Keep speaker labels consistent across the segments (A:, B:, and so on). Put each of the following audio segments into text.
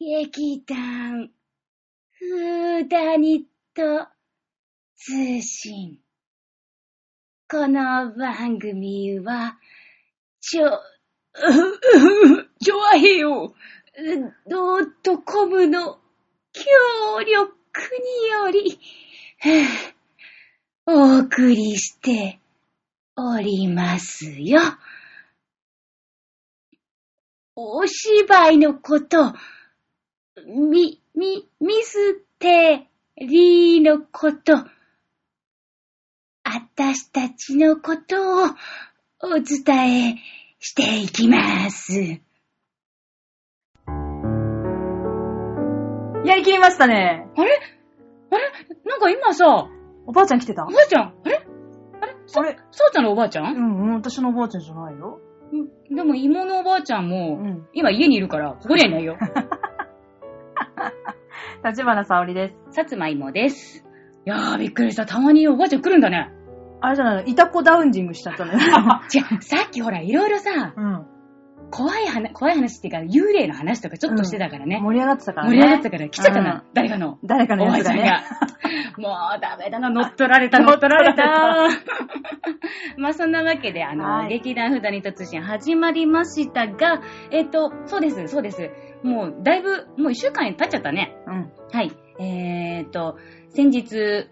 A: 劇団、フーダニット通信。この番組は、ちょ、ちょわへよ、ドットコムの協力により、お送りしておりますよ。お芝居のこと、み、み、ミステリーのこと、あたしたちのことをお伝えしていきます。
B: やりきりましたね。
A: あれあれなんか今さ、
B: おばあちゃん来てた
A: おばあちゃん、あれあれ
B: あ
A: さ、
B: れ
A: さあちゃんのおばあちゃ、
B: うんんうん、私のおばあちゃんじゃないよ。
A: うん、でも芋のおばあちゃん
B: う
A: も、
B: ん。
A: 今家にいるから、ここにはい ないよ。
B: 立花沙織です。
A: さつまいもです。いやー、びっくりした。たまにおばあちゃん来るんだね。
B: あれじゃないの、いたこダウンジングしちゃ ったのよ。
A: 違う、さっきほら、いろいろさ、
B: うん。
A: 怖い話、怖い話っていうか、幽霊の話とかちょっとしてたからね。
B: 盛り上がってたから
A: 盛
B: ね。
A: り上がったから、来ちゃったな、
B: うん
A: 誰かの。
B: 誰か
A: お
B: の
A: ばあ
B: やつ
A: ちゃ
B: が
A: ん
B: ね。
A: が。もうダメだな、乗っ取られた、乗っ取られた。 まあそんなわけで、あの、
B: はい
A: 劇団ふだにと通信始まりましたが、えっ、と、そうです、そうです。もうだいぶ、もう一週間経っちゃったね。
B: うん。
A: はい。えー、と、先日、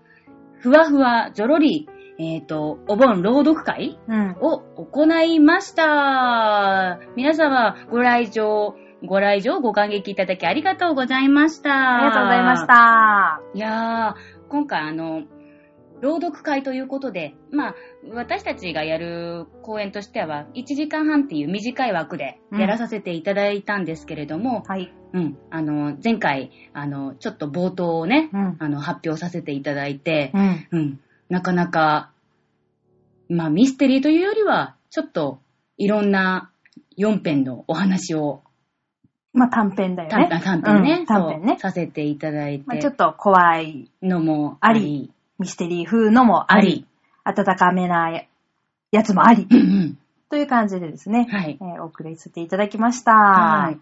A: ふわふわジョロリ、えー、と、お盆朗読会
B: うん。
A: を行いました。皆様、ご来場、ご来場、ご感激いただきありがとうございました。
B: ありがとうございまし。た。
A: いやー、今回あの、朗読会ということで、まあ、私たちがやる公演としては、1時間半っていう短い枠で
B: うん
A: やらさせていただいたんですけれども、
B: はい。
A: うん、あの、前回、あの、ちょっと冒頭をね、
B: うん。
A: あの、発表させていただいて、
B: うん。
A: うん、なかなか、まあ、ミステリーというよりは、ちょっと、いろんな4編のお話を、
B: まあ短編だよ
A: 短
B: ね。
A: 短編ね、
B: うん短編ね
A: そうさせていただいて、
B: まあちょっと怖い
A: のも
B: ありミステリー風のも
A: あ
B: あ
A: り
B: り、、温かめなやつもあり
A: う、んうん
B: という感じでですね、
A: はい
B: え。ーお送りさせていただきました。
A: はい。い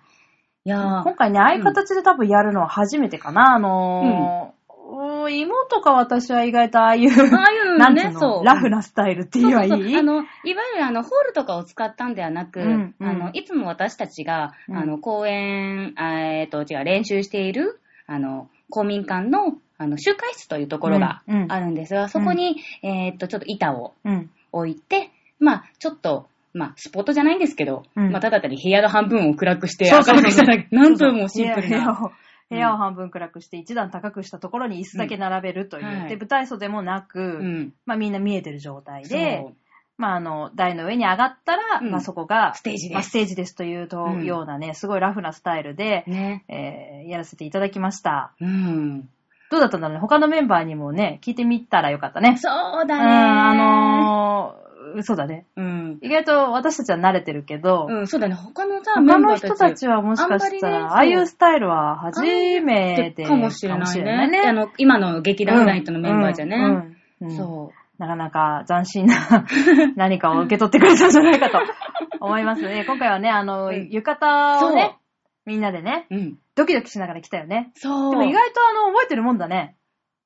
A: やー
B: 今回ね、ああいう形で多分やるのは初めてかな。あのー、うーん芋とか私は意外とああいう、
A: ああいう
B: な
A: の
B: んてい
A: ね
B: う、
A: そ
B: の、
A: う。
B: ラフなスタイルって
A: そう
B: 言え
A: そ
B: ば
A: う
B: い
A: そう
B: い
A: あの、いわゆるあの、ホールとかを使ったんではなく、
B: うんうん
A: あの、いつも私たちが、
B: うん
A: あの、公演、あーえっと、違う、練習している、あの、公民館の、あの、集会室というところが
B: うんうん
A: あるんですが、そこに、えっと、ちょっと板を
B: うん。
A: 置いて、まあ、ちょっと、まあ、スポットじゃないんですけど、
B: うん
A: まあ、ただ単に部屋の半分を暗くして、
B: そう
A: 明
B: そうそ
A: る
B: う
A: くしただけ、なんともシンプル
B: 部屋
A: な。
B: を、部屋を半分暗くして、一段高くしたところに椅子だけ並べるとい
A: う
B: う。
A: んはい
B: で、舞台袖もなく、
A: うん。
B: まあみんな見えてる状態で
A: そ、う、
B: まああの、台の上に上がったら、
A: うん
B: まあそこが
A: ス、テージ
B: ま
A: で
B: あス
A: す。
B: テージですというと、
A: うん
B: ようなね、すごいラフなスタイルで、
A: ね。
B: えーやらせていただきました。
A: うん。
B: どうだったんだろうね。他のメンバーにもね、聞いてみたらよかったね。
A: そうだ
B: う
A: ねー。
B: ん、あのー、そうだね。
A: うん。
B: 意外と私たちは慣れてるけど、
A: うん、そうだね。他のさ、メ
B: 他
A: ンバ
B: の
A: ーたち。
B: 人たちはもしかしたら、
A: あんまりねそう
B: ああいうスタイルは初めて
A: かもしれないね。
B: か
A: あ
B: もし
A: の、今の劇
B: れ
A: 団
B: な
A: ナ
B: いね
A: イトのメンバーじゃね。
B: うんうんうん
A: そ
B: なかなか斬 新な何かを受け取ってくれたんじゃないかと思いますね。今回はね、あの、
A: うん
B: 浴衣をね、みんなでね、
A: う。うん。
B: ドキドキしながら来たよね。
A: そう。
B: でも意外とあの、覚えてるもんだね。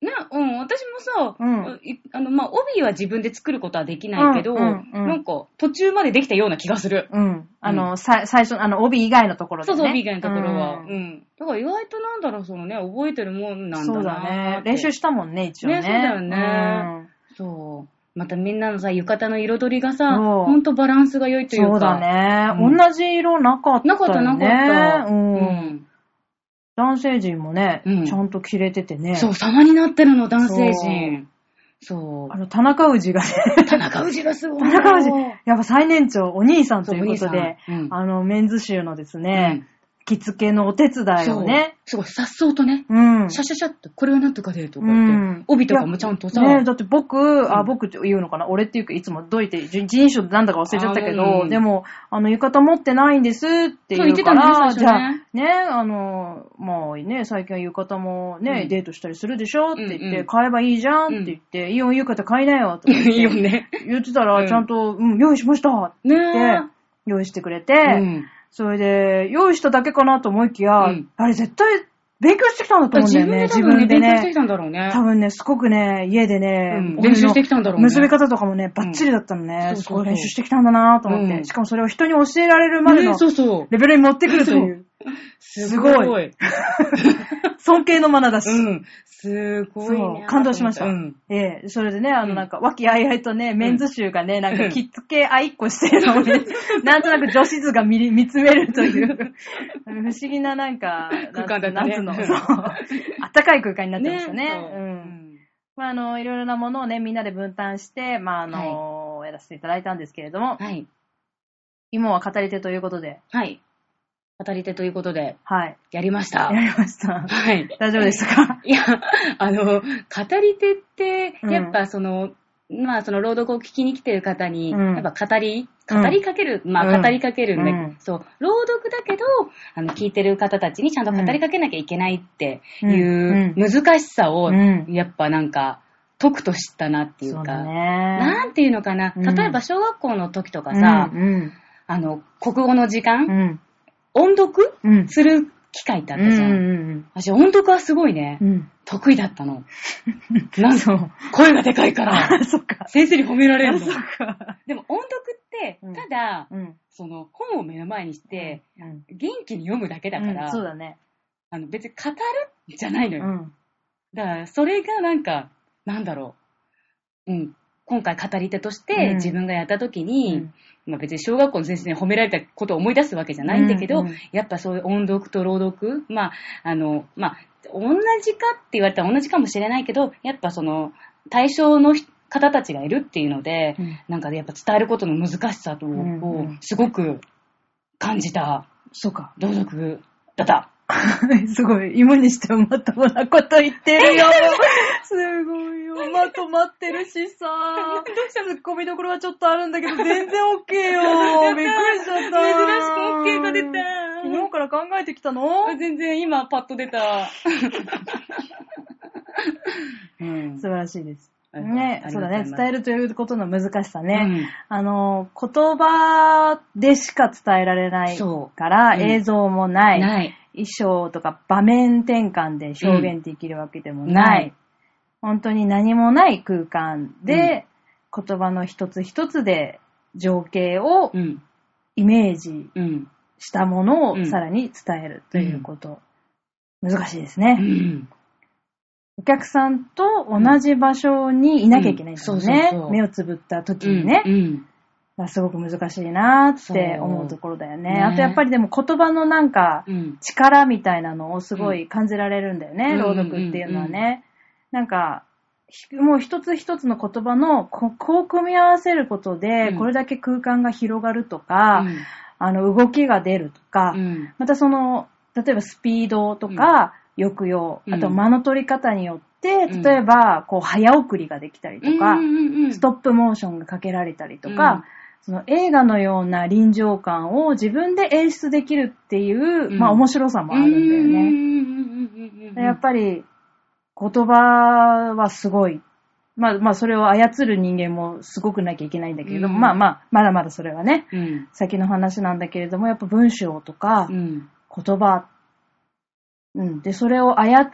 A: ね、うん、私もさ、
B: うん
A: いあの、まあ、帯は自分で作ることはできないけど、
B: うんうんうん
A: なんか、途中までできたような気がする。
B: うん。あの、さ最初、あの、帯以外のところで
A: そう
B: ね。
A: そう、みたいなところは。う
B: う
A: んん。だから意外となんだろう、そのね、覚えてるもんなんだ
B: そう
A: な
B: だね
A: ーっ。て
B: 練習したもんね、一応ね。
A: ねそうだよねそう。またみんなのさ、浴衣の彩りがさ、
B: そう
A: ほんとバランスが良いと
B: う。
A: いうんか。
B: そうだ。ね。
A: うん
B: 同じ色なかったよ
A: な
B: ね。
A: かった、なかった。
B: うん。男性陣もね、
A: うん
B: ちゃんと着れててね。
A: そう、様になってるの、男性陣。そう
B: あ。の、田中氏がね、
A: 田中氏がすごい。
B: 田中氏、やっぱ最年長、お兄さんということ
A: そうお兄
B: で、
A: さんうん
B: あの、メンズ集のですね、着付けのお手伝い
A: そ
B: を
A: う
B: ね。。
A: すごい、さっそうとね、
B: うん。
A: シャシャシャっと、これはなんとかで、とか
B: う
A: 言って
B: ん、
A: 帯とかもちゃんとさ、
B: ねだって僕、あ、
A: うん
B: 僕って言うのかな俺っていうか、いつもどういて、人人種なんだか忘れちゃったけ
A: あうん
B: ど
A: う、ん
B: でも、あの、浴衣持ってないんですって
A: そう言
B: 言う
A: ってた
B: か
A: ね
B: ら、
A: 最
B: じゃあ
A: 初ね、
B: ね、あの、まあね、最近は浴衣もね、
A: うん
B: デートしたりするでしょって言って、
A: うんうん
B: 買えばいいじゃんって言って、イオン浴衣買いなよとか言っ て
A: いいよね。
B: 言ってたら、
A: うん
B: ちゃんと、うん、用意しましたって
A: ね
B: 言って、用意してくれて、
A: え。うん
B: それで、用意しただけかなと思いきや、
A: うん
B: あれ絶対勉強してきたんだと思うんだよね。
A: 自分で多分ね、勉強してき
B: ね。
A: たんだろうね。
B: 多分ね、すごくね、家でね、
A: うん
B: 俺の
A: 練習してきたんだろうね
B: 結び方とかもね、バッチリだったのね。
A: うんそう
B: す
A: そうそう
B: ごい練習してきたんだなと思って、
A: うん
B: しかもそれを人に教えられるまでの
A: ねそうそう。
B: レベルに持ってくるという、
A: す
B: すごい
A: ごい。
B: 尊敬のマナだし。
A: うん。すごい
B: そ
A: ね
B: う。感動しました
A: うん。
B: ええ、それでね、あ
A: う
B: の、
A: ん
B: なんか、和気あいあいとね、メンズ集がね、なん
A: う
B: か、
A: ん
B: 着付けあいっこしてるの をね、なんとなく女子図が見り見つめるという、不思議ななんか、
A: 空間だったね
B: 夏 の、そう、暖かい空間になってましたね。
A: そう
B: う。
A: うんん。
B: まあ、あの、いろいろなものをね、みんなで分担して、まあ、あの、やらせていただいたんですけれども、
A: はい。
B: 今は語り手ということで、
A: はい。語り手ということで、
B: はい、
A: やりまし
B: や
A: た。
B: りまし た。
A: はい。
B: 大丈夫でしたか
A: いや、あの、語り手って、
B: うん
A: やっぱその、まあその朗読を聞きに来てる方に、
B: うん
A: やっぱ語り、
B: うん
A: 語りかける、ま
B: う
A: あ
B: ん
A: 語りかけるんだ、
B: うん
A: そう、朗読だけど、あの、聞いてる方たちにちゃんと語りかけなきゃいけないって
B: うん
A: いう難しさを、
B: うん
A: やっぱなんか、解くと知ったなっていう
B: そう
A: か、
B: だ
A: な
B: ね。
A: んていうのかな、
B: うん
A: 例えば小学校の時とかさ、
B: うん、
A: あの、国語の時間、
B: うん、うん、
A: 音読
B: うん。
A: する機会ってあったじゃん。
B: うんうん
A: 私、音読はすごいね、
B: うんうん。
A: 得意だったの。なん
B: そ
A: そうう。声がでかいから、
B: あ、 そっか。
A: 先生に褒められるの。
B: か。
A: でも音読って
B: うん、
A: ただ、
B: うん。
A: その本を目の前にして、
B: うん、
A: 元気に読むだけだから、
B: そうだね。
A: あの別に語るじゃないの
B: う
A: よ。
B: ん。
A: だから、それがなんか、なんだろう。うん。今回語り手とし
B: うん
A: て自分がやった時に、まあ別に小学校の先生に褒められたことを思い出すわけじゃないんだけど、
B: うんうん
A: やっぱそういう音読と朗読、まあ、あの、まあ、同じかって言われたら同じかもしれないけど、やっぱその、対象の人方たちがいるっていうので、
B: うん
A: なんかねやっぱ伝えることの難しさとを、
B: うんうん
A: すごく感じた
B: そうか。
A: 朗読だった。
B: すごい、今にしてもまともなこと言ってるよ。すごいよ。まとまってるしさ。ツッコミどころはちょっとあるんだけど、全然 OK よ。びっくりしちゃっ
A: 珍し
B: た。
A: く OK が出た
B: 昨日から考えてきたの
A: 全然今パッと出た。うん
B: 素晴らしいです。
A: うん
B: ね、
A: あり
B: そ
A: がとうござ
B: うだ
A: いま
B: ね。
A: す
B: 伝えるということの難しさね。あの、言葉でしか伝えられない
A: そ
B: から、
A: うん
B: 映像もない。
A: ない。
B: 衣装とか場面転換で表現できるわけでもない。
A: うん
B: 本当に何もない空間で、言葉の一つ一つで情景を
A: うん。
B: イメージ
A: うん。
B: したもの
A: う
B: を
A: ん
B: さらに伝えるということ。難しいですね。
A: うん。
B: お客さんと同じ場所にいなきゃいけないんですよ
A: うんそう
B: ね
A: そうそ。う
B: 目をつぶった時にね。
A: うん。
B: まあすごく難しいなーって思うところだよね。
A: そうね
B: あとやっぱりでも言葉のなんか
A: うん。
B: 力みたいなのをすごい感じられるんだよね、
A: うん
B: 朗読っていうのはね。なんか、ひもう一つ一つの言葉のここう組み合わせることで、
A: うん
B: これだけ空間が広がるとか、
A: うん
B: あの動きが出るとか、
A: うん。
B: またその、例えばスピードとか、抑揚、
A: うん
B: あと間の取り方によって、
A: うん
B: 例えば、こう、早送りができたりとか、
A: うんうんうん
B: ストップモーションがかけられたりとか、その映画のような臨場感を自分で演出できるっていう、
A: うん
B: まあ面白さもあるんだ
A: う
B: よ
A: ん
B: ね。
A: うんうんうんうんうん。
B: やっぱり、言葉はすごい。まあまあそれを操る人間もすごくなきゃいけないんだけれども、
A: うん
B: まあまあ、まだまだそれはね、
A: うん。
B: 先の話なんだけれども、やっぱ文章とか
A: う、ん。
B: 言葉、うん。で、それを操っ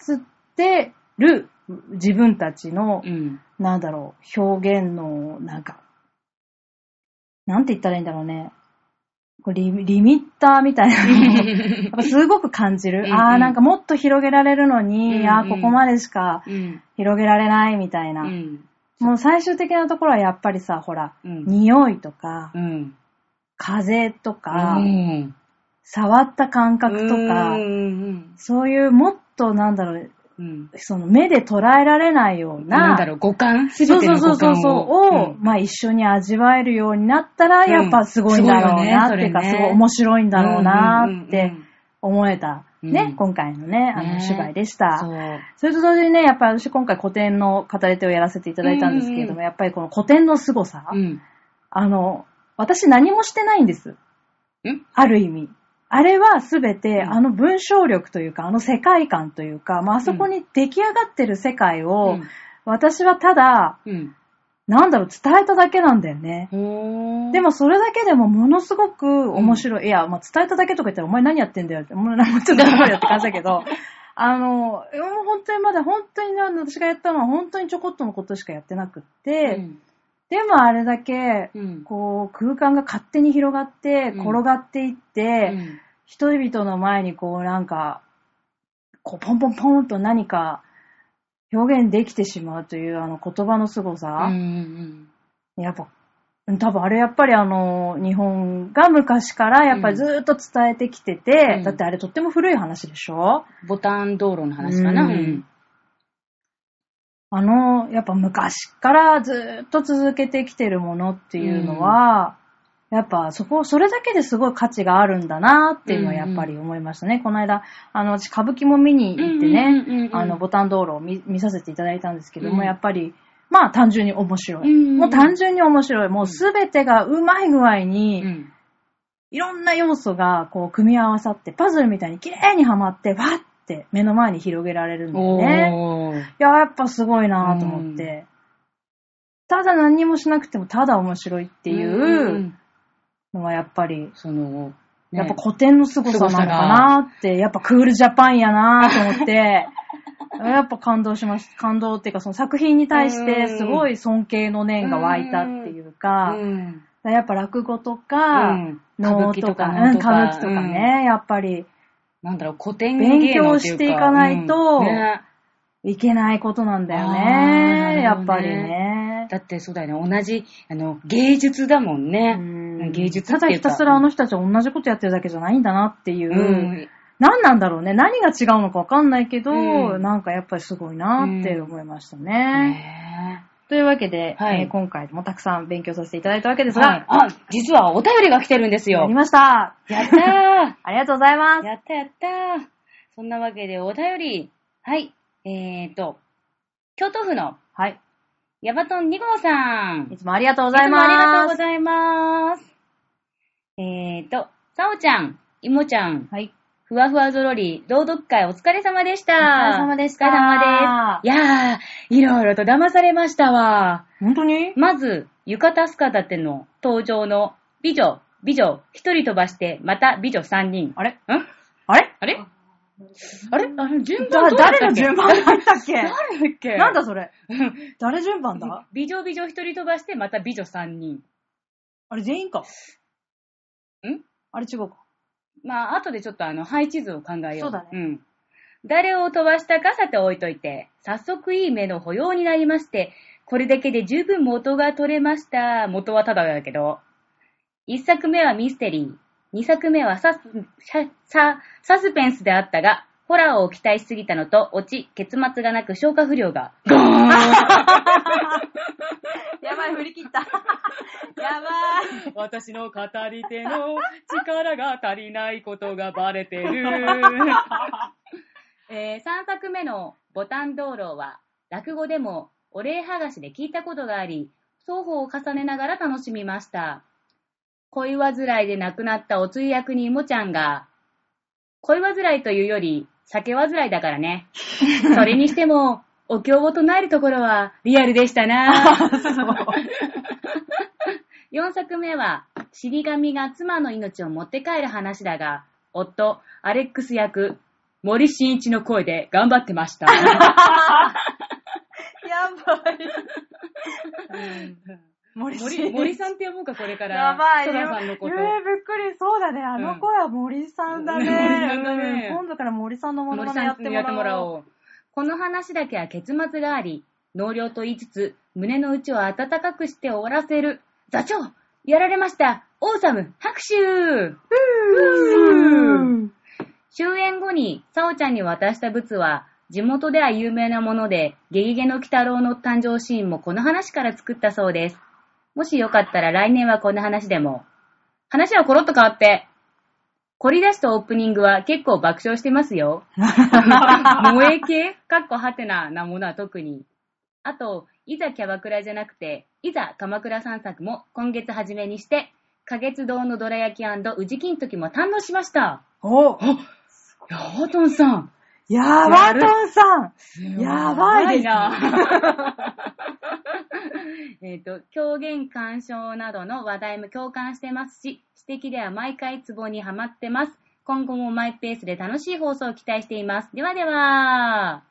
B: てる自分たちの
A: うん。
B: なんだろう、表現の、なんか、なんて言ったらいいんだろうね。こうリリミッターみたいなのをやっぱすごく感じ
A: うん
B: る。
A: うん
B: ああ、なんかもっと広げられるのに、
A: うんうん
B: ああ、ここまでしか
A: うん。
B: 広げられないみたいな。
A: うん。
B: もう最終的なところはやっぱりさ、ほら、
A: うん。
B: 匂いとか、
A: うん。
B: 風とか、
A: うん
B: 触った感覚とか、
A: うん
B: そういうもっとなんだろう、
A: うん。
B: その目で捉えられないような、
A: なんだろう、五感す
B: そ
A: べ
B: う
A: て
B: そう
A: の
B: そう
A: 五
B: そ
A: 感
B: う
A: を。
B: そうを、まあ一緒に味わえるようになった
A: う
B: ら、
A: ん
B: やっぱすごいんだろうなっていうか、
A: すごいよねそれね
B: すごい面白いんだろうなっ
A: うんうん
B: て
A: うんうん
B: 思えた、
A: うん
B: ね、今回のね、あの、
A: ね
B: 取材でした。
A: そう。
B: それと同時にね、やっぱり私今回古典の語り手をやらせていただいたんですけれども、
A: うんう
B: やっぱりこの古典の凄さ、
A: うん。
B: あの、私何もしてないんです。ある意味。あれはすべて、
A: うん
B: あの文章力というか、あの世界観というか、まああそこに出来上がってる世界
A: う
B: を、
A: ん
B: 私はただ、
A: うん。
B: なんだろう、伝えただけなんだよね。で
A: でも、
B: もそれだけでもものすごく面白い。いや、まあ、伝えただけとか言ったら、お前何やってんだよって、お前何もちょっと頑張れよって感じだけ ど、あの、もう本当にまだ、本当にあの私がやったのは本当にちょこっとのことしかやってなくって、でもあれだけ、
A: うん
B: こう、空間が勝手に広がって、
A: うん
B: 転がっていって、
A: うん
B: 人々の前にこうなんか、こうポンポンポンと何か表現できてしまうというあの言葉の凄
A: う
B: さ。
A: ん
B: やっぱ、うん多分あれやっぱりあの、日本が昔からやっぱりずーっと伝えてきてて、
A: うん
B: だってあれとっても古い話でしょ
A: ボタン道路の話かな。
B: うんあの、やっぱ昔からずーっと続けてきてるものっていうのは、やっぱそこ、それだけですごい価値があるんだなっていうのはやっぱり思いましたね。この間、あの、私歌舞伎も見に行ってね、あの、ボタン道路を見見させていただいたんですけど
A: う
B: も、
A: ん
B: やっぱり、まあ単純に面白い。
A: うん
B: もう単純に面白い。もうすべてがうまい具合に、
A: うん
B: いろんな要素がこう組み合わさって、パズルみたいに綺麗にはまって、わって目の前に広げられるんだよね。
A: おー
B: いや、やっぱすごいなと思って。ただ何にもしなくてもただ面白いってい
A: ん
B: う、のはやっぱり、
A: その、ね
B: やっぱ古典の凄さなのかなって、やっぱクールジャパンやなと思 って、やっぱ感動しました。感動っていうか、その作品に対してすごい尊敬の念が湧いたっていう
A: う
B: か、
A: ん
B: やっぱ落語と
A: う
B: か、
A: ん
B: 能とか、うん歌舞伎とか。
A: 能
B: ね、やっぱり
A: うんなんだろう、古典芸能っていうか
B: 勉強していかないと
A: うんね
B: いけないことなんだよ
A: あー
B: ね、やっぱり
A: な
B: ね。
A: だってそうだよね、同じ、あの、芸術だもん
B: う
A: ね。
B: ん
A: 芸術
B: た
A: って
B: だ
A: いう
B: ひ
A: か
B: たすらあの人たちは同じことやってるだけじゃないんだなっていうう、
A: ん。
B: 何なんだろうね。何が違うのかわかんないけど、
A: うん
B: なんかやっぱりすごいなって思いましたね。
A: ね
B: というわけで、
A: はい
B: えー今回もたくさん勉強させていただいたわけですが、
A: はいあ、実はお便りが来てるんです
B: や
A: よ
B: り。ました。
A: やったー
B: ありがとうございます。
A: やったやったーそんなわけでお便り。はい。えーと、京都府の
B: はい。
A: ヤバトン2号さん。
B: いつもありがとうございます。
A: いつもありがとうございます。えーと、さおちゃん、いもちゃん、
B: はい。
A: ふわふわぞろり、朗読会お疲れ様でした。お
B: 疲れ様でした
A: お疲れ様です。いやー、いろいろと騙されましたわ。
B: 本当に
A: まず、浴衣姿での登場の美女、美女、一人飛ばして、また美女三人。
B: あれ
A: ん
B: あれ
A: あれあれあれ順番
B: だ
A: どうだったっけ
B: 誰の順番だったっけ
A: 誰だっけ
B: なんだ それ誰順番だ
A: 美女美女一人飛ばして、また美女三人。
B: あれ全員か。
A: ん
B: あれ違うか。
A: まあ、後でちょっとあの、配置図を考えよう。
B: そうだね
A: ん。誰を飛ばしたかさて置いといて、早速いい目の保養になりまして、これだけで十分元が取れました。元はただだけど。一作目はミステリー。二作目はサス、サササスペンスであったが、ホラーを期待しすぎたのと、落ち、結末がなく消化不良が。ゴーン
B: やばい、振り切 った。やばい。
A: 私の語り手の力が足りないことがバレてる。 え3作目のボタン道路は、落語でもお礼はがしで聞いたことがあり、双方を重ねながら楽しみました。恋煩いで亡くなったお通訳にいもちゃんが、恋煩いというより、酒煩いだから ね。それにしても、お経を唱えるところはリアルでした な。4作目は、死神が妻の命を持って帰る話だが、夫、アレックス役、森進一の声で頑張ってま した。
B: やばい。森
A: 森森さんって呼ぼうか、これから。
B: やばい、
A: ソ
B: ね
A: ラさんのこと
B: え。ーびっくり。そうだね。あの声は森さんだね。
A: うん森さんだね
B: うん今度から森さんのもの
A: 森
B: ま
A: さ
B: ね
A: ん
B: やって
A: やって
B: も
A: も
B: ら
A: ら
B: おう。
A: おう。この話だけは結末があり、納涼と言いつつ、胸の内を温かくして終わらせる。座長やられましたオーサム拍手
B: うん
A: 終演後に、さおちゃんに渡した仏は、地元では有名なもので、ゲゲゲの鬼太郎の誕生シーンもこの話から作ったそうです。もしよかったら来年はこの話でも。話はコロッと変わって。凝り出したオープニングは結構爆笑してますよ。萌え系かっこはてななものは特に。あと、いざキャバクラじゃなくて、いざ鎌倉散策も今月初めにして、花月堂のどら焼き宇治金時も堪能しました。
B: お
A: ヤートンさん。
B: やばとんさんやばいですね
A: な。 えっと、狂言鑑賞などの話題も共感してますし、指摘では毎回ツボにはまってます。今後もマイペースで楽しい放送を期待しています。ではでは、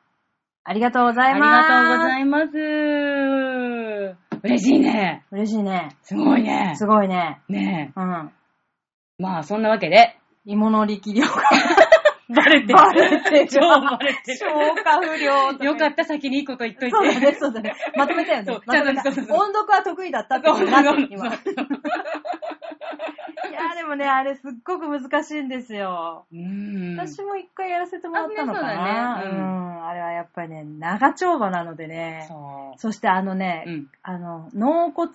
B: ありがとうござ
A: あ
B: い
A: り
B: ます。
A: がとうござ
B: い
A: います。嬉しいね。
B: ます。嬉しいね。
A: すごいね。
B: すごいね。
A: ね
B: うん。
A: え。まあ、そんなわけで、
B: 芋の力量が
A: バレてる。
B: バレてる。
A: 超バレてる
B: 消化不良とか。
A: よかった、先にいいこと言っといて。
B: そうだね、そうだね。まとめたよ
A: そ
B: ね
A: う。
B: まとめた。
A: そうそうそう
B: 音読は得意だったっ て
A: そう
B: ことだ
A: そう
B: 今。いや、でもね、あれすっごく難しいんですよ。
A: うん。
B: 私も一回やらせてもらったのか
A: あ
B: な。
A: ねそうだね
B: う
A: うん
B: ん。あれはやっぱりね、長丁場なのでね。
A: そ
B: そしてあのね
A: う。う、ん。
B: あの、納骨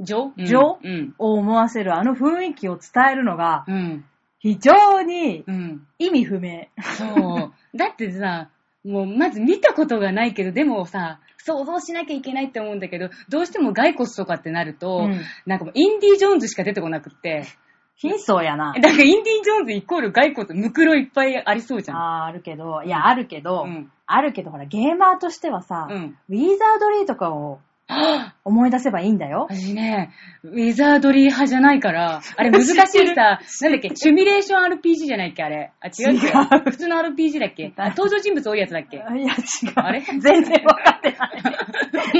A: 情
B: 情
A: うん。
B: を思わせるあの雰囲気を伝えるのが
A: うん。
B: 非常に
A: うん。
B: 意味不明。
A: そう。だってさ、もうまず見たことがないけど、でもさ、想像しなきゃいけないって思うんだけど、どうしても骸骨とかってなると、
B: うん
A: なんかもうインディ・ジョーンズしか出てこなくって、
B: 貧相やな。
A: なんかインディ・ジョーンズイコール骸骨、ムクロいっぱいありそうじゃん。
B: あーあるけど、いや、あるけど、
A: うん
B: あるけど、ほら、ゲーマーとしてはさ、
A: うん。
B: ウィザードリーとか を思い出せばいいんだよ。
A: 私ね、ウィザードリー派じゃないから、あれ難しいさ、なんだっけ、シミュレーション RPG じゃないっけ、あれ。あ、違うっけ
B: 違う
A: 普通の RPG だっ けあ登場人物多いやつだっ
B: い
A: け
B: や、違う。
A: あれ
B: 全然分かってな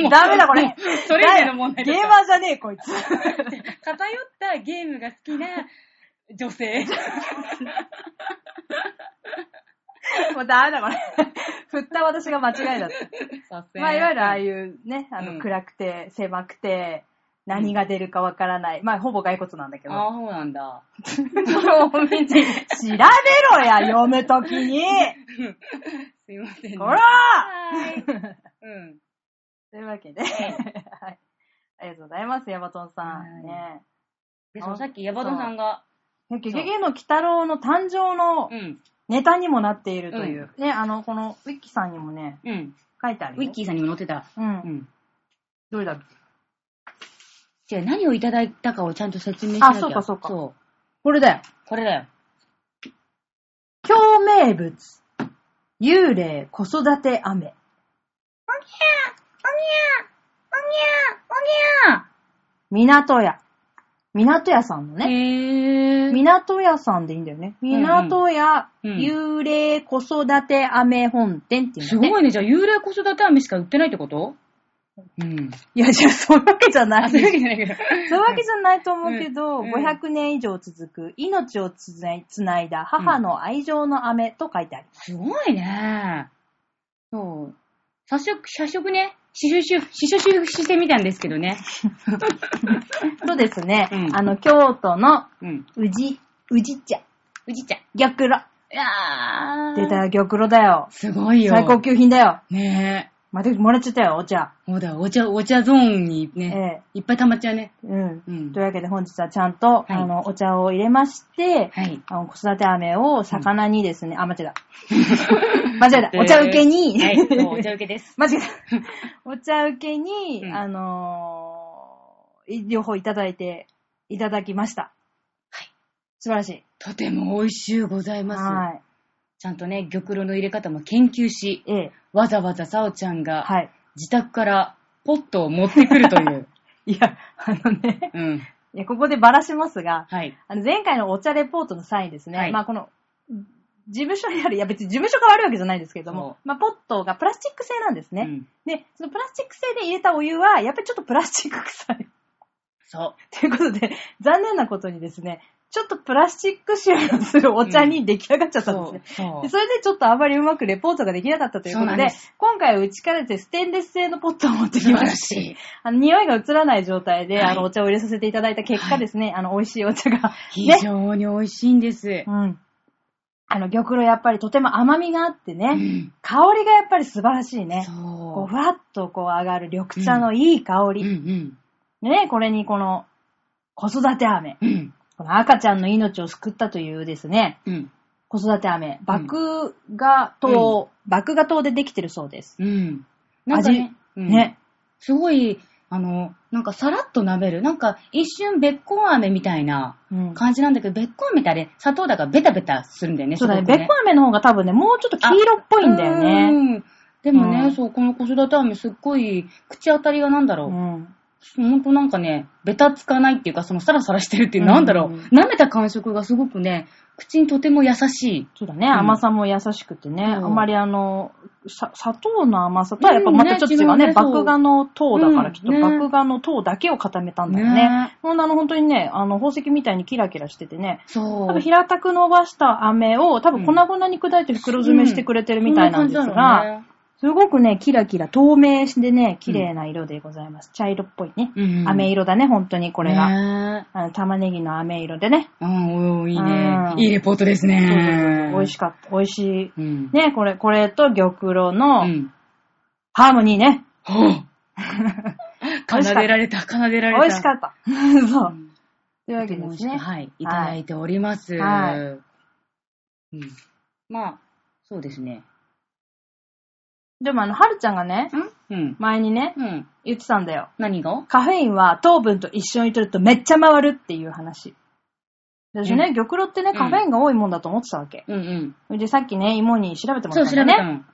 B: い。ダメだこれ
A: もうそれ以外の問題
B: ゲ
A: だ
B: ー
A: から
B: マーじゃねえ、こいつ。
A: 偏ったゲームが好きな女性。
B: もうダメだ、これ。振った私が間違いだった。まあ、いわゆるああいうね、あ
A: うん
B: の、暗くて、狭くて、何が出るかわからない。まあ、ほぼ骸骨なんだけど。
A: ああ、そうなん だ。
B: 調べろや、読むとき に
A: すいません、ね。
B: ほら
A: はーい。うん。
B: というわけで、はい。ありがとうございます、ヤバトンさん。ね
A: で、そのさっきヤバドさんが、
B: え。ゲゲゲの鬼太郎の誕生の
A: うん。
B: ネタにもなっているという。ね、あの、このウィッキさんにもね、
A: うん。
B: 書いてある
A: ウ
B: よ。
A: ィッキーさんにも載ってた。
B: う。
A: うんん。
B: どれだっけ
A: じゃあ何をいただいたかをちゃんと説明しなきゃ。
B: あそうかそうか
A: そう。
B: これだよ。
A: これだよ。
B: 今日名物。幽霊子育て
A: おに
B: 雨。
A: ゃーおにゃーおにゃ
B: 港屋。港屋さんのね。
A: へー。
B: 港屋さんでいいんだよね。
A: んうん
B: 港屋、
A: うん
B: 幽霊子育て飴本店っていう
A: す
B: のね。
A: ごいね。じゃあ、幽霊子育て飴しか売ってないってことうん。
B: いや、じゃあ、そういうわけじゃな
A: あ、
B: い。
A: そ
B: そ
A: いう
B: う
A: わ
B: う
A: けじゃないけど。
B: いうわけじゃないと思うけど、
A: うんうん
B: 500年以上続く、命をつないつないだ母の愛情の飴と書いてある。
A: すごいね。そう。早速、社食ね、試習し、試習ししてみたんですけどね。
B: そうですね、
A: うん
B: あの、京都の
A: うん。
B: 宇治、宇治茶、
A: うじちゃん。
B: 玉露。
A: いやー。
B: 出たよ、玉露だよ。
A: すごいよ。
B: 最高級品だよ。
A: ね
B: 待って、もらっちゃったよ、お茶。
A: え。そうだ、お茶、お茶ゾーンにね、
B: ええ
A: いっぱい溜まっちゃうね。
B: うん。
A: うん
B: というわけで本日はちゃんと、
A: い
B: あの、お茶を入れまして、
A: はい。
B: あの、子育て飴を魚にですね、あ、間違え た。間違えた。お茶受けに、
A: はい、そうお茶受け です。
B: 間違 えた。お茶受けに、
A: うん
B: あのーい両方いただいて、いただきました。
A: はい。
B: 素晴らしい。
A: とても美味しゅうございます。
B: は
A: ちゃんとね、玉露の入れ方も研究し、
B: い。ええ。
A: わざわざさおちゃんが
B: はい。
A: 自宅からポットを持ってくると いう。
B: いや、あのね、
A: うん。
B: いやここでばらしますが、
A: はい。
B: あの、前回のお茶レポートの際にですね、
A: はい
B: まあこの、事務所にある、いや別に事務所が悪いわけじゃないですけれども、まあポットがプラスチック製なんですね。
A: うん
B: で、そのプラスチック製で入れたお湯は、やっぱりちょっとプラスチック臭い。
A: そう。
B: ということで、残念なことにですね、ちょっとプラスチック臭のするお茶に出来上がっちゃったんですね。
A: そう。
B: でそれでちょっとあまりうまくレポートができなかったという
A: そ
B: こと
A: うなん
B: で、
A: で
B: 今回はうちからですねステンレス製のポットを持ってき
A: 素
B: まし
A: 晴らしい
B: て、あの匂いが移らない状態で、
A: はい
B: あのお茶を入れさせていただいた結果ですね、あの美味しいお茶が、
A: 非
B: ね、
A: 常に美味しいんです。
B: うん。あの玉露やっぱりとても甘みがあってね、
A: うん
B: 香りがやっぱり素晴らしいね。
A: そ
B: こうふわっとこう上がる緑茶のいい香
A: う。
B: り。
A: うんうん。
B: ね、これにこの子育て飴。
A: うん。
B: この赤ちゃんの命を救ったというですね、
A: うん。
B: 子育て飴、麦芽糖、麦芽糖でできてるそうです。
A: うん。なんかね、
B: 味
A: うん
B: ね。
A: すごい、あの、なんかさらっと舐める。なんか一瞬べっこう飴みたいな
B: うん
A: 感じなんだけど、べっこう飴ってあれ、砂糖だからベタベタするんだよね。
B: そうだね。
A: す
B: べ
A: ごく
B: っこ飴の方が多分ね、もうちょっと黄色っぽいんだよ
A: う
B: ね。
A: ん。でもね、
B: うん
A: そう、この子育て飴すっごい、口当たりがなんだろう。
B: ん。
A: ほんとなんかね、ベタつかないっていうか、そのサラサラしてるっていう、
B: うん
A: なんだろう、舐めた感触がすごくね、口にとても優しい。
B: そうだね、
A: うん
B: 甘さも優しくてね、
A: うん
B: あまりあの、さ砂糖の甘さとはやっぱまたちょっと違
A: う
B: うん
A: ね違
B: ね。
A: うねそう
B: 麦芽の糖だから、
A: うん
B: きっと
A: ね
B: 麦芽の糖だけを固めたんだよね。ほんであの本当にね、あの宝石みたいにキラキラしててね、
A: そ
B: 多
A: う
B: 分。平たく伸ばした飴を多分粉々に砕いて袋詰めしてくれてるみたいなんです
A: そな
B: が、
A: 感
B: すごくね、キラキラ透明でね、綺麗な色でございます。茶色っぽいね。
A: じだろうね、うん、
B: 飴
A: 色、
B: 色だね、本当にこ
A: こ
B: れが。
A: が。
B: あの玉ねぎの飴色でね。
A: うん、おーいいね
B: う。ん
A: いいレポートです
B: そうそう
A: ね。
B: そう美味しかった。美味しい。
A: うん。
B: ね、これ、これと玉露
A: う
B: の
A: ん。
B: ハーモニーね。
A: はぁ奏
B: 美味しかった
A: でられた、奏でられた。
B: 美味しかった。 そうう。
A: ん
B: というわけですね。
A: はい、いただいております。
B: はい
A: うん、まあ、そうですね。
B: でもあの、はるちゃんがね、
A: うん。
B: 前にね、
A: うん。
B: 言ってたんだよ。
A: 何が
B: カフェインは糖分と一緒に取るとめっちゃ回るっていう話。私ね、玉露ってね、カフェインが多いもんだと思ってたわけ。
A: うんうん。
B: で、さっきね、芋に調べても
A: そ
B: ら
A: う、
B: った
A: 調
B: ん
A: べ
B: だ
A: た
B: ね。
A: の。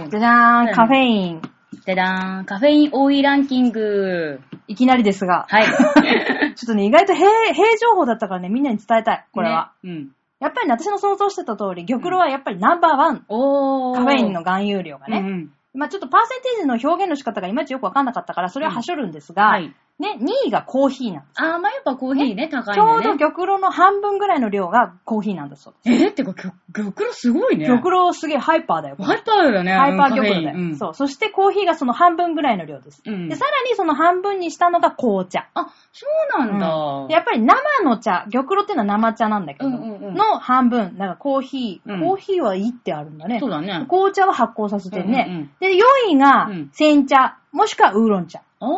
A: そう。
B: じゃじゃー
A: うん
B: ん、カフェイン、
A: じゃだーん。カフェイン多いランキング。
B: いきなりですが、
A: はい。
B: ちょっとね、意外と平、平情報だったからね、みんなに伝えたい、これは。
A: ね。うん。
B: やっぱりね、私の想像してた通り、玉露はやっぱりナンバーワン、
A: おー。
B: カフェインの含有量が
A: ね。う
B: ね。
A: ん。
B: まあちょっとパーセンテージの表現の仕方がいまいちよくわかんなかったから、それははしょるんですが、
A: はい。
B: ね、2位がコーヒーなんです。
A: あー、まあやっぱコーヒーね、高い
B: ちょ
A: の
B: うど
A: ね。
B: 玉露の半分ぐらいの量がコーヒーなんだそうです。
A: えー、ってか、玉玉露すごいね。
B: 玉露すげえハイパーだよ。これ
A: ハイパーだよね。
B: ハイパー
A: う
B: 玉
A: ん
B: 露
A: カ
B: だ
A: フェインう
B: よ。
A: ん、
B: そう。そしてコーヒーがその半分ぐらいの量です。
A: うん
B: で、さらにその半分にしたのが紅茶。
A: あ、そうなんだ。
B: うんやっぱり生の茶、玉露っていうのは生茶なんだけど、
A: うんうんうん
B: の半分、なんかコーヒー、
A: うん
B: コーヒーはいいってあるんだね
A: そう。だね。
B: 紅茶は発酵させてね。
A: うんうんうん
B: で、4位が
A: うん
B: 煎茶、もしくはウーロン茶。
A: あー。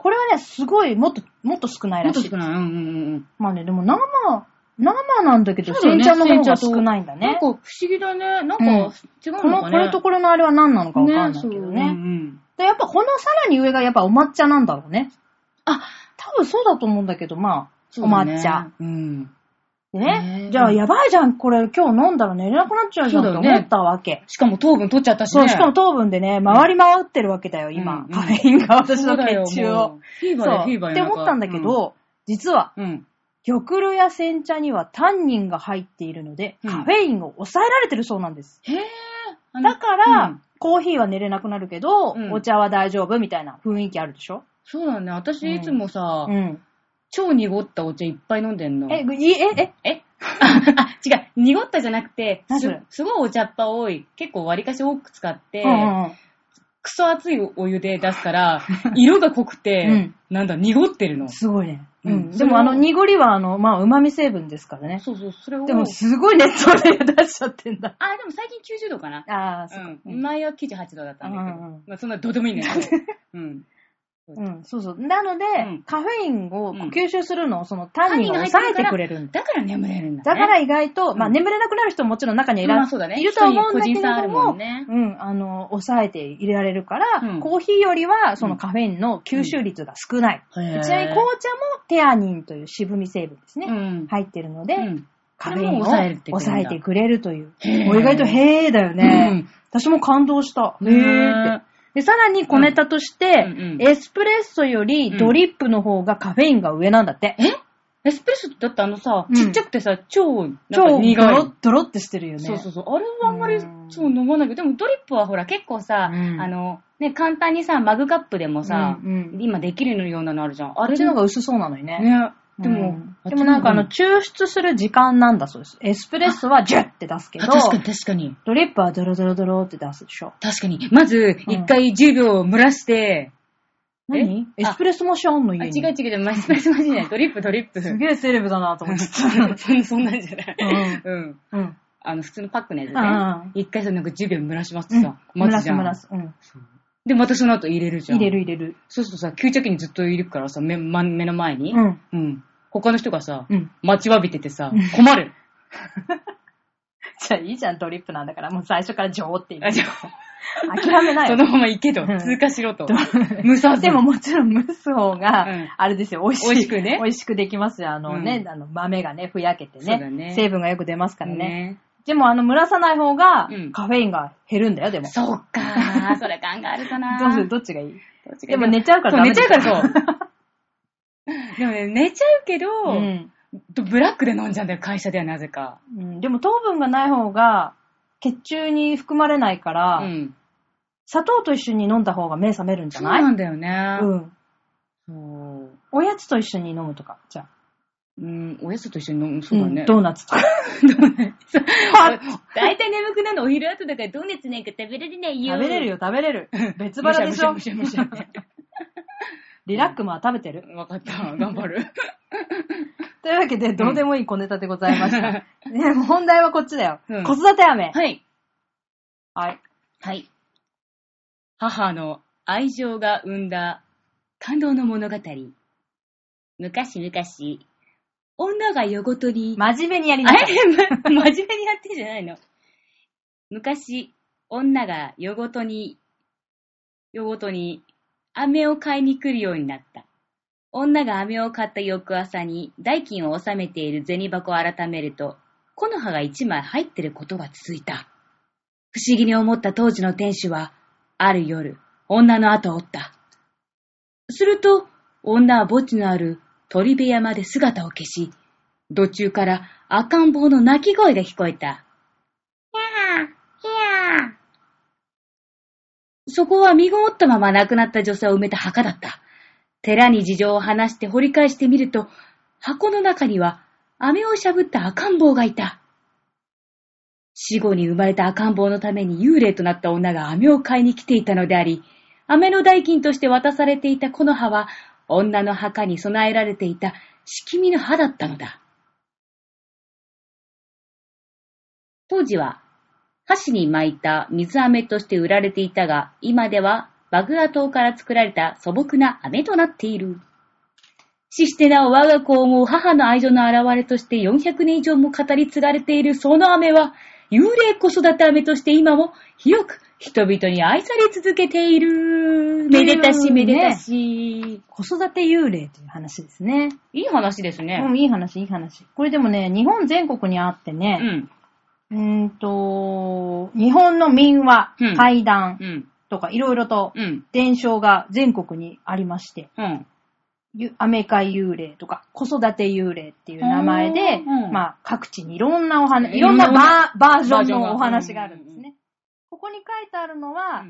B: これはね、すごい、もっと、もっと少ない
A: もっ
B: ら
A: と
B: しい
A: 少。ない。うんうんうんうん。
B: まあね、でも生、生なんだけど、
A: そうだね
B: 煎茶の方が
A: 煎茶と
B: 少ないん
A: な
B: だ
A: ん
B: ね
A: か。不思議だね。なんか
B: うん
A: 違うのかね。
B: この、これとこれのあれは何なのかわかんないけど
A: ねそうう
B: ね。
A: んうん
B: で、やっぱこのさらに上がやっぱお抹茶なんだろうね。あ、多分そうだと思うんだけど、まあ、
A: そ
B: お
A: うだね
B: 抹茶。。
A: うん。
B: で
A: ねえ
B: ね。じゃあ、やばいじゃん、これ今日飲んだら寝れなくなっちゃうじゃん
A: そう
B: っ
A: だ
B: て
A: よね
B: 思ったわけ。
A: しかも糖分取っちゃったし
B: そう,、
A: ね。
B: しかも糖分でね、回り回ってるわけだよ、
A: うん
B: 今。
A: うん
B: カフェインが私
A: そ
B: の
A: うだよ
B: 血中
A: も
B: を
A: う。フィーバーでフィーバー
B: っ
A: で
B: て
A: なんか
B: 思ったんだけ、ど、実は、
A: うん。うん
B: 玉露や煎茶にはタンニンが入っているので、
A: うん
B: カフェインを抑えられてるそうなんです。
A: へぇー。
B: だか
A: う
B: ら
A: ん、
B: コーヒーは寝れなくなるけど、
A: うん
B: お茶は大丈夫みたいな雰囲気あるでしょ
A: そうだね。私
B: うん
A: いつもさ、
B: うん。
A: 超濁ったお茶いっぱい飲んでんの。
B: え、いえ、え、
A: え あ、違う。濁ったじゃなくて、
B: 何
A: す
B: それ
A: すごいお茶っ葉多い。結構割かし多く使って、
B: うんうん
A: クソ熱いお湯で出すから、 色が濃くて、
B: うん
A: なんだ、濁ってるの
B: うん。。すごいね。
A: うん
B: うん。
A: そ
B: で
A: れを
B: もあの、濁りはあの、まあ、旨味成分ですからね。
A: そうそう、それを。
B: でも、すごい熱をね出しちゃってんだ。
A: あ、でも最近90度かな。
B: ああ、そうか。
A: うん。前は98度だったんだけど。
B: うんうん
A: まあ、そんなどうでもいいんだけど。 うん。
B: うん、そうそう。なので、
A: ん
B: カフェインを
A: うん
B: 吸収するのを、そのタンニンが
A: が
B: 抑えてくれる。
A: れるんだ。だから眠れるんだ、ね。
B: だから意外と、
A: ん
B: まあ眠れなくなる人ももちろん中にい
A: ま
B: ら
A: あそうだね
B: いるとは思うんだけれ
A: 人に個人差ある
B: ど
A: も
B: も、
A: んね
B: うん、あの、抑えていられるから、
A: うん
B: コーヒーよりはそのカフェインの吸収率が少ない。
A: へー、
B: ちなみに紅茶もテアニンという渋み成分ですね。
A: うん。
B: 入ってるので、
A: うん。
B: カフェインを
A: これも抑えてくれるんだ
B: 抑えてくれるという。
A: へー
B: もう意外とへーだよね。
A: うん
B: 私も感動した。へーって。で、さらに小ネタとして、
A: うんうんうん
B: エスプレッソよりドリップの方がカフェインが上なんだって。
A: えエスプレッソだってあのさ、
B: うん
A: ちっちゃくてさ、超、なん
B: 超
A: か
B: ド
A: 苦
B: ロ
A: い。
B: ッドロってしてるよね。
A: そうそうそう。あれはあんまり
B: うん
A: そう飲まないけど、でもドリップはほら結構さ、
B: うん
A: あの、ね、簡単にさ、マグカップでもさ、
B: うんうん
A: 今できるようなのあるじゃん。あ
B: あっ
A: れ
B: ち
A: で
B: の方
A: ね、
B: が薄そうなのにね。
A: で
B: う
A: も
B: ん、でもなんかあの、抽出する時間なんだそうです。エスプレッソはジュッって出すけど
A: あ、確かに確かに。
B: ドリップはドロドロドロって出すでしょ。
A: 確かに。まず、
B: うん
A: 一回10秒蒸らして、
B: 何
A: え
B: エスプレッソマシンあんの
A: あ、
B: 家
A: 違
B: に。
A: う違う、でもマジマジマジない。ドリップドリップ。
B: すげえセレブだなと思っちゃっ
A: そんそんなんじゃない。
B: う
A: うん。
B: た。うん。
A: あの、普通のパックのやつ
B: うん
A: ね。一回さ、なんか10秒蒸らしますって
B: うん
A: さ、待つじゃん。
B: 蒸らす蒸らす。
A: で、またその後入れるじ
B: う
A: ゃ
B: ん。
A: ん。
B: 入れる入れる。
A: そうするとさ、吸着機にずっといるからさ、目ま目の前に。
B: うん。
A: うん。他の人がさ、
B: うん。
A: 待ちわびててさ、困る。
B: じゃあいいじゃん、ドリップなんだから。もう最初からジョーって言
A: あ、
B: う。
A: じゃ
B: 諦め
A: あ、
B: ない
A: そ
B: よ
A: の。まま行けと
B: う。ん
A: 通過しろと。無さず。
B: でも、もちろん蒸す方が
A: うん、
B: あれですよ、美味しい。
A: 美味しくね
B: 美味しくできますよ。あのね、
A: うん
B: あの豆がね、ふやけて
A: そうだ
B: ね
A: ね
B: 成分がよく出ますからね。
A: ね。
B: でも、あの、蒸らさない方が
A: うん、
B: カフェインが減るんだよ、でも。
A: そっかー。 それ考えるとなー。
B: どうするどっちがいい
A: どっちがい
B: で
A: い
B: も寝ちゃうからダメ
A: そう寝ちゃうから
B: らそう。
A: でもね、寝ちゃうけど、
B: うん
A: ブラックで飲んじゃうんだよ、会社ではなぜか。
B: うん。でも糖分がない方が、血中に含まれないか
A: う
B: ら、
A: ん。
B: 砂糖と一緒に飲んだ方が目覚めるんじゃ
A: そう
B: ない
A: なんだよね。
B: うん。
A: そう。
B: おやつと一緒に飲むとか、じゃあ。
A: うん、おやつと一緒に飲む、そうだね。
B: んドーナツ とか。
A: 大体眠くなるのお昼後だからドーナツなんか食べられないよ。
B: 食べれる
A: よ。
B: よ、食べれる。別
A: むし
B: 腹
A: ゃ
B: で
A: む
B: し
A: しゃ
B: ょ
A: む。しゃむしゃむし
B: リラックマは食べてる。
A: ゃ。わかった。頑張る。
B: というわけで、どうでもいい小ネタでございました。ね、本題はこっちだよ。
A: うん
B: 子育て飴。
A: はい。
B: はい。
A: はい。母の愛情が生んだ感動の物語。昔々、女が夜ごとに、
B: 真面目にやり
A: あ
B: なさい。
A: れ、ま真面目にやってんじゃないの。昔、女が夜ごとに、夜ごとに、飴を買いに来るようになった。女が飴を買った翌朝に、代金を納めている銭箱を改めると、木の葉が一枚入ってることが続いた。不思議に思った当時の店主は、ある夜、女の後を追った。すると、女は墓地のある鳥部屋まで姿を消し、途中から赤ん坊の泣き声が聞こえた。やー、やー。そこは身ごもったまま亡くなった女性を埋めた墓だった。寺に事情を話して掘り返してみると、箱の中には飴をしゃぶった赤ん坊がいた。死後に生まれた赤ん坊のために幽霊となった女が飴を買いに来ていたのであり、飴の代金として渡されていたこの葉は、女の墓に備えられていた敷見の葉だったのだ。当時は箸に巻いた水飴として売られていたが、今ではバグア島から作られた素朴な飴となっている。死してなお我が子を思う母の愛情の表れとして400年以上も語り継がれているその飴は、幽霊子育て飴として今も広く人々に愛され続けている。めでたしめでたし。
B: 子育て幽霊という話ですね。
A: いい話ですね。
B: うん、いい話、いい話。これでもね、日本全国にあって
A: う
B: ね、
A: ん。
B: うーんと、日本の民話
A: うん、
B: 怪談
A: うん。
B: とかいろいろと
A: うん。
B: 伝承が全国にありまして、
A: うん。
B: ゆアメカイ幽霊とか子育て幽霊っていう名前で、
A: うんうん
B: まあ各地にいろんなお話、い
A: いろ
B: ろん
A: んな
B: なバーバージョ
A: バー
B: ン
A: ジョンが
B: のお話があるんです
A: うんうん
B: ね。ここに書いてあるのは、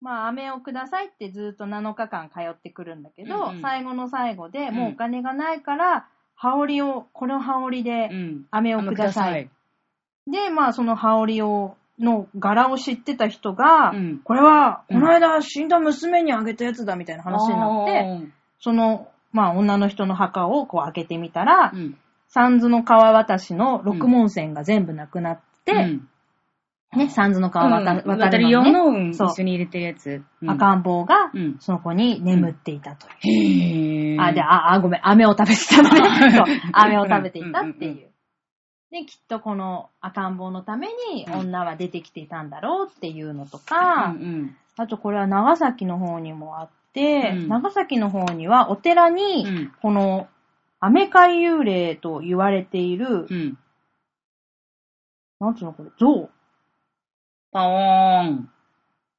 B: まあ、飴をくださいってずっと7日間通ってくるんだけど、
A: うんうん
B: 最後の最後で、
A: ん
B: もうお金がないから、羽織を、この羽織で
A: うん。
B: 飴をください。。で、まあ、その羽織を、の柄を知ってた人が、
A: うん
B: これは、
A: うん
B: この間死んだ娘にあげたやつだみたいな話になって、その、まあ、女の人の墓をこう開けてみたら、
A: て、うん。
B: サンズの川渡しの六文線が全部なくなって、
A: うん、
B: ね、サンズの川渡,、
A: うん
B: 渡
A: 渡
B: る
A: る
B: の
A: 用
B: にね、
A: の、うん
B: そう
A: 一緒に入れてるやつ。うん
B: 赤ん坊が
A: うん、
B: その子に眠っていたという。
A: へー
B: あ、で、あ、あ、ごめん、飴を食べて たね。そう、飴を食べていたって
A: うんうん
B: いう。で、きっとこの赤ん坊のために
A: うん
B: 女は出てきていたんだろうっていうのと
A: う
B: か、
A: ん
B: あとこれは長崎の方にもあって、
A: うん
B: 長崎の方にはお寺
A: う
B: に、
A: ん。
B: この、アメ界幽霊と言われている、
A: うん。
B: なんつうのこれ、像
A: パオーン。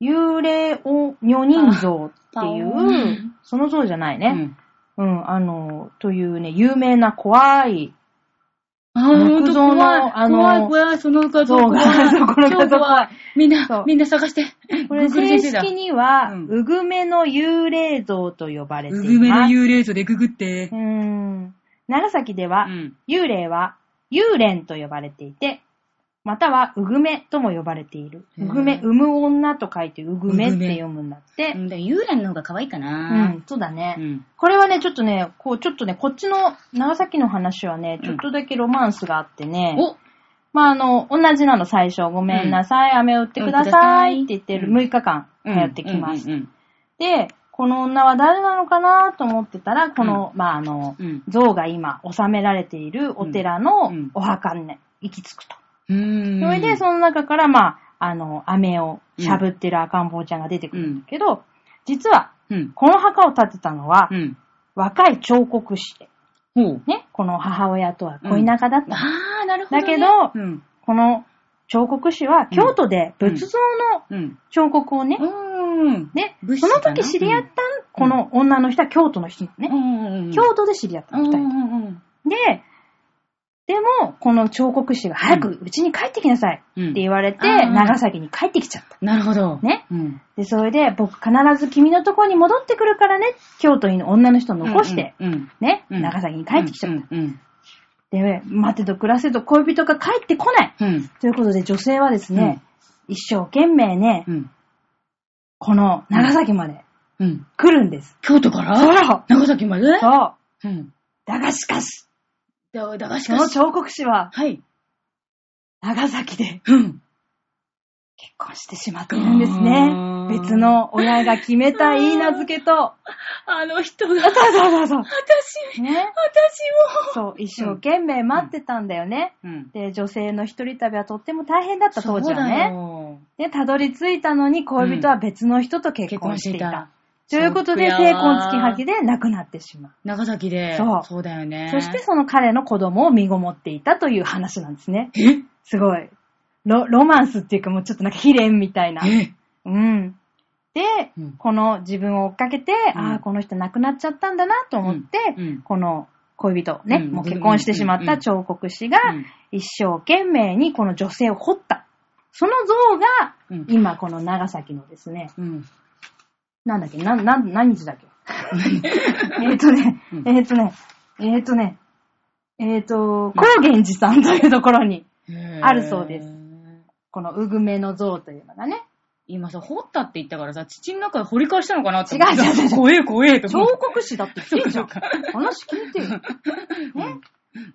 B: 幽霊を女人像ってい
A: あー
B: う、その像じゃない
A: うん
B: ね。。うん、あの、というね、有名な怖い
A: あー、ほんと
B: 木造の
A: 怖い。
B: あの
A: 怖い、怖い、その画像
B: 像
A: 怖
B: が
A: い。
B: そうこの画像
A: 超怖い。みん
B: そう
A: な、みんな探して。
B: こ
A: Google
B: れ
A: で
B: 正
A: 出てた
B: 式には、
A: うん
B: うぐめの幽霊像と呼ばれています。
A: うぐめの幽霊像でググって。
B: うーん。長崎では、
A: うん
B: 幽霊は、幽霊と呼ばれていて、または、うぐめとも呼ばれている。
A: へー
B: うぐめ、産む女と書いて、うぐめっ
A: うぐ
B: て
A: め
B: 読むんだって。
A: うんでも幽霊の方が可愛いか
B: う
A: な。
B: ん、そうだね、
A: うん。
B: これはね、ちょっとね、こう、ちょっとね、こっちの長崎の話はね、ちょっとだけロマンスがあってね、
A: お
B: まあ、あの、同じなの、最初、ごめんなさい、飴を売ってくださいって言ってる
A: うん
B: 6日間、通
A: うん
B: ってきました
A: う。ん
B: で、この女は誰なのかなと思ってたら、この、まあ、あの
A: う、ん。
B: 像が今収められているお寺の
A: うん
B: お墓にね行き着くと。
A: うん。
B: それで、その中から、まあ、あの、飴をしゃぶってる赤ん坊ちゃんが出てくるんだけど、実は、
A: うん。
B: この墓を建てたのは、
A: うん。
B: 若い彫刻師で、
A: ほう。
B: ね、この母親とは恋仲だった。
A: あー、なるほど
B: だ
A: ね。
B: けど
A: うん。
B: この彫刻師は京都で仏像の
A: うん。
B: 彫刻をね、
A: うん。
B: ね
A: 物、資
B: そ
A: かな
B: の時知り合った、この女の人は京都の人なのね。
A: うん。
B: 京都で知り合った
A: う
B: の、二
A: ん
B: 人。
A: うん
B: で、でも、この彫刻師が早くうちに帰ってきなさい
A: うん。
B: って言われて、
A: うん
B: 長崎に帰ってきちゃった。
A: なるほど。
B: ね。
A: うん。
B: で、それで、僕必ず君のとこに戻ってくるからね、京都に女の人を残して、
A: うんうん。
B: ね、
A: うん
B: 長崎に帰ってきちゃった。
A: た。うん。
B: で、待てど暮らせど恋人が帰ってこない。
A: うん。
B: ということで、女性はですね、一生懸命ね、
A: うん。
B: この長崎まで
A: うん。
B: 来るんです。
A: 京都から
B: そう
A: 長崎まで
B: そう。
A: うん。
B: だがしかし、
A: だ、だがし
B: そ
A: か
B: の
A: し。
B: 彫刻師は
A: はい。
B: 長崎で
A: うん。
B: 結婚してしまっているんですね
A: あ。ー
B: 別の親が決めたいいなずけと。
A: あの人が、
B: そうそうそうそう。
A: 私、
B: ね。
A: 私
B: そう、一生懸命待ってたんだよね。
A: も。うん。
B: で、女性の一人旅はとっても大変だった当時は
A: そうだ
B: ね。
A: よ
B: で、たどり着いたのに恋人は別の人と結
A: 結
B: 婚
A: 婚
B: し
A: してて
B: い
A: い
B: た。
A: た。
B: ということで、
A: ショックや
B: 成
A: わ
B: 婚付きはぎで亡くなってしまう。
A: 長崎で。
B: そう
A: そうだよね。
B: そして、その彼の子供を身ごもっていたという話なんですね。
A: え
B: すごい。ロ、ロマンスっていうかもうちょっとなんか悲恋みたいな。
A: え
B: うん。で、
A: うん
B: この自分を追っかけて、
A: うん
B: ああ、この人亡くなっちゃったんだなと思って、
A: うん
B: この恋人、ね、
A: うん
B: もう結婚してしまっ
A: うんうんう
B: た
A: ん
B: 彫刻師が、
A: うん
B: 一生懸命にこの女性を掘った。その像が、
A: うん
B: 今この長崎のですね、
A: うん。
B: なんだっけ、な、な、何日だっ け。えっとね、
A: うん
B: えっとね、えっとね、えっと、高原寺さんというところに、あるそうです
A: へー。
B: このうぐめの像というのがね、
A: 今さ、掘ったって言ったからさ、土の中で掘り返したのかなって
B: 違う違う違う違う
A: 怖え怖えと思
B: 彫
A: って。
B: 刻師だって言ってんじゃん
A: そう。
B: 話聞いてよ。ね。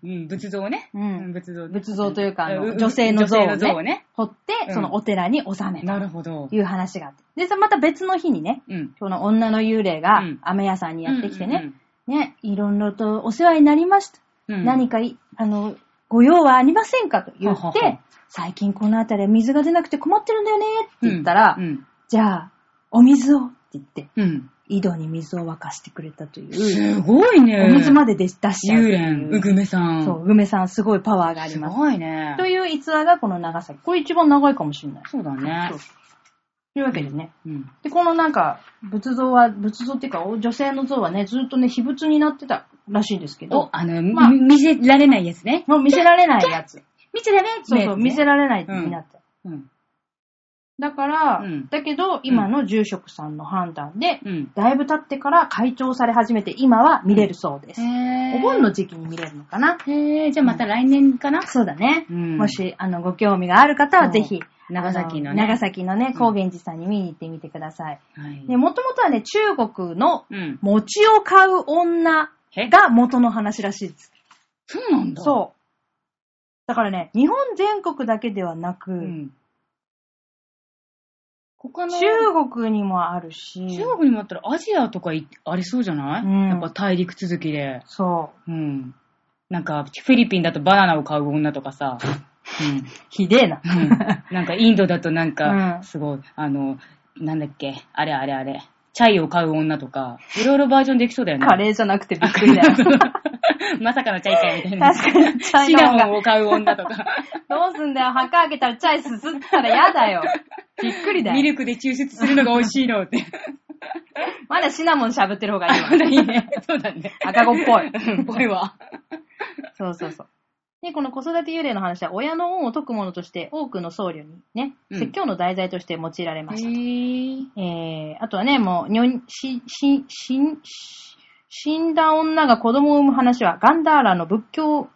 A: うん、仏像ね。
B: うん
A: 仏像。
B: 仏像というか、あの
A: うん
B: 女性の像を
A: 女性の像を
B: ね
A: ね、
B: 掘って、
A: うん
B: そのお寺に納め
A: な
B: た
A: るほど
B: と。いう話があって。で、そまた別の日にね、
A: うん。
B: この女の幽霊が
A: うん
B: 飴屋さんにやってきてね、ね、いろいろとお世話になりました。
A: うん。うん
B: 何かい、あの、ご用はありませんかと言
A: は
B: っ
A: はは
B: て、最近この辺りは水が出なくて困ってるんだよねって言ったら
A: う、ん。
B: じゃあ、お水をって言って、
A: うん。
B: 井戸に水を沸かしてくれたという、
A: すごいね。
B: お水ま
A: で。
B: で出し出しちゃう
A: 幽
B: って
A: 霊、う
B: いう。
A: ぐめさん。
B: そう、梅さんすごいパワーがあり
A: す
B: ます。
A: ごいね。
B: という逸話がこの長崎。これ一番長いかもしれない。
A: そうだね
B: そう。というわけでね。
A: うん。
B: で、このなんか、仏像は、仏像っていうか、お女性の像はね、ずっとね、秘仏になってたらしいんですけ
A: お
B: ど、、
A: あの、
B: まあ
A: み見せられないやつね。
B: もう見せられないやつ。
A: 見ちゃダメ
B: そうそう、見せ
A: ら
B: られないってなって。
A: うん。
B: だから、
A: うん
B: だけど、今の住職さんの判断で、
A: うん。
B: だいぶ経ってから開帳され始めて、今は見れるそうです。
A: へ
B: お盆の時期に見れるのかな。
A: へーじゃあまた来年かな
B: そうだね。
A: うん
B: もし、あの、ご興味がある方は、ぜひ、
A: 長崎の
B: あ
A: ね。
B: 長崎のね、高原寺さんに見に行ってみてください。
A: はい。
B: で、もともとはね、中国の
A: うん。
B: 餅を買う女
A: え
B: が元の話らしいです。
A: そうなんだ。
B: そう。だからね、日本全国だけではなく、
A: うん。他の、
B: 中国にもあるし、
A: 中国にもあったらアジアとかいありそうじゃない、
B: うん
A: やっぱ大陸続きで。
B: そう。
A: うん。なんか、フィリピンだとバナナを買う女とかさ。うん。
B: ひでえな。
A: うん なんかインドだとなん
B: う
A: か
B: ん、
A: すごい、あの、なんだっけ、あれあれあれ、チャイを買う女とか、いろいろバージョンできそうだよね。
B: カレーじゃなくてびっくりだ よ。
A: まさかのチャイチャイみたいな。
B: 確かにチャイ
A: シナ
B: の
A: モン
B: 方が。
A: を買う女とか、
B: どうすんだよ、墓開けたらチャイすすったらやだ よ。びっくりだ
A: ミ
B: よ。
A: ルクで抽出するのが美味しいのって。
B: まだシナモンしゃぶってる方がいいわ。
A: まだいいね。そうだね。
B: 赤子っぽい。
A: うん、ぽいわ。
B: そうそうそう。で、この子育て幽霊の話は、親の恩を解くものとして、多くの僧侶にね、
A: うん
B: 説教の題材として用いられました。
A: ぇ
B: えー、あとはね、もう、にょん、し、し、しん、し死んだ女が子供を産む話は、ガンダーラの仏教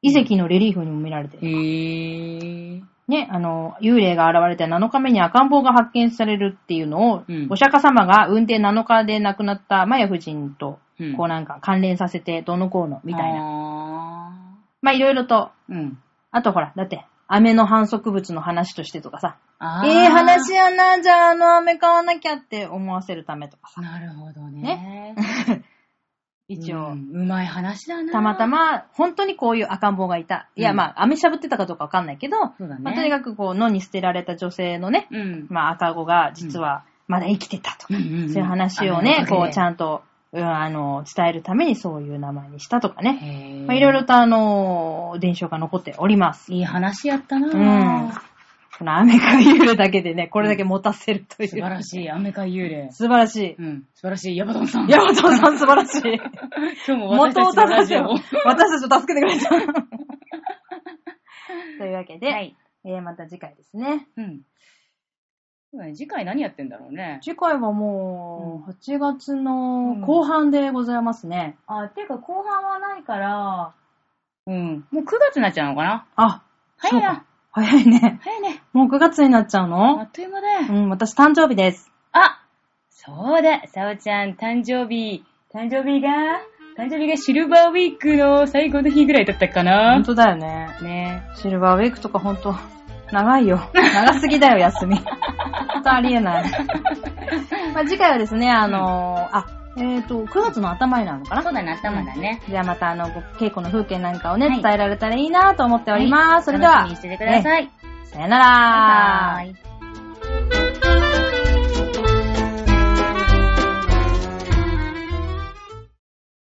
B: 遺跡のレリーフにも見られて
A: へ
B: る。
A: ぇー。
B: ね、あの、幽霊が現れて7日目に赤ん坊が発見されるっていうのを、
A: うん
B: お釈迦様が運転7日で亡くなったマヤ夫人と、
A: うん
B: こうなんか関連させて、どのこうの、みたいな。
A: な。
B: まあ、いろいろと
A: うん。
B: あとほら、だって、飴の反則物の話としてとかさ、
A: あー
B: ええ話。やな、じゃああの飴買わなきゃって思わせるためとかさ、
A: なるほどね。
B: 一応、
A: うんうまい話だな。
B: たまた。ま、本当にこういう赤ん坊がいた。いや、
A: うん
B: まあ、飴しゃぶってたかどうかわかんないけど、
A: そうだね。
B: まあ、とにかくこう、野に捨てられた女性のね、
A: うん。
B: まあ、赤子が実はまだ生きてたとか、
A: うんうんうん
B: そういう話をね、
A: あの
B: こう、ちゃんと、うんあの、伝えるためにそういう名前にしたとかね、
A: へー
B: まあ、いろいろとあの、伝承が残っております。
A: いい話やったな
B: うん
A: ぁ。
B: この雨が揺るだけでね、これだけ持たせるという。
A: 素晴らしい、アメカ幽 霊。
B: 素晴らしい。
A: うん、素晴らしい、ヤバトンさん。
B: ヤマトさん素晴らしい。
A: 今日も 私
B: 元を
A: たちのラ
B: 正
A: ジ
B: せ
A: オ
B: よ
A: を。。
B: 私たちを助けてくれ た。というわけで、
A: はい。
B: えーまた次回ですね。
A: うん。そうだね次回何やってんだろうね。
B: 次回はもう、8月の
A: うん
B: 後半でございますね。あ、ていうか後半はないから、
A: うん。もう9月になっちゃうのかな
B: あ、
A: 早い
B: そう
A: な
B: か。早いね。
A: 早いね。
B: もう9月になっちゃう
A: あ
B: の
A: っという間だよ。
B: うん、私誕生日です。
A: あそうだ、さおちゃん、誕生日。誕生日が、誕生日がシルバーウィークの最後の日ぐらいだったかな
B: 本。当だよね。
A: ね
B: シルバーウィークとかほんと、長いよ。長すぎだよ、休み。ほんとあり えない。まあ、次回はですね、あのーあ、えっ、と、9月の頭になるのか
A: あ、そ
B: な
A: うだね、頭だね。
B: じゃあまたあの、ご稽古の風景なんかをね、
A: はい
B: 伝えられたらいいなと思っております。それでは、
A: 楽しみにしててください。
B: さよなら
A: バイバイ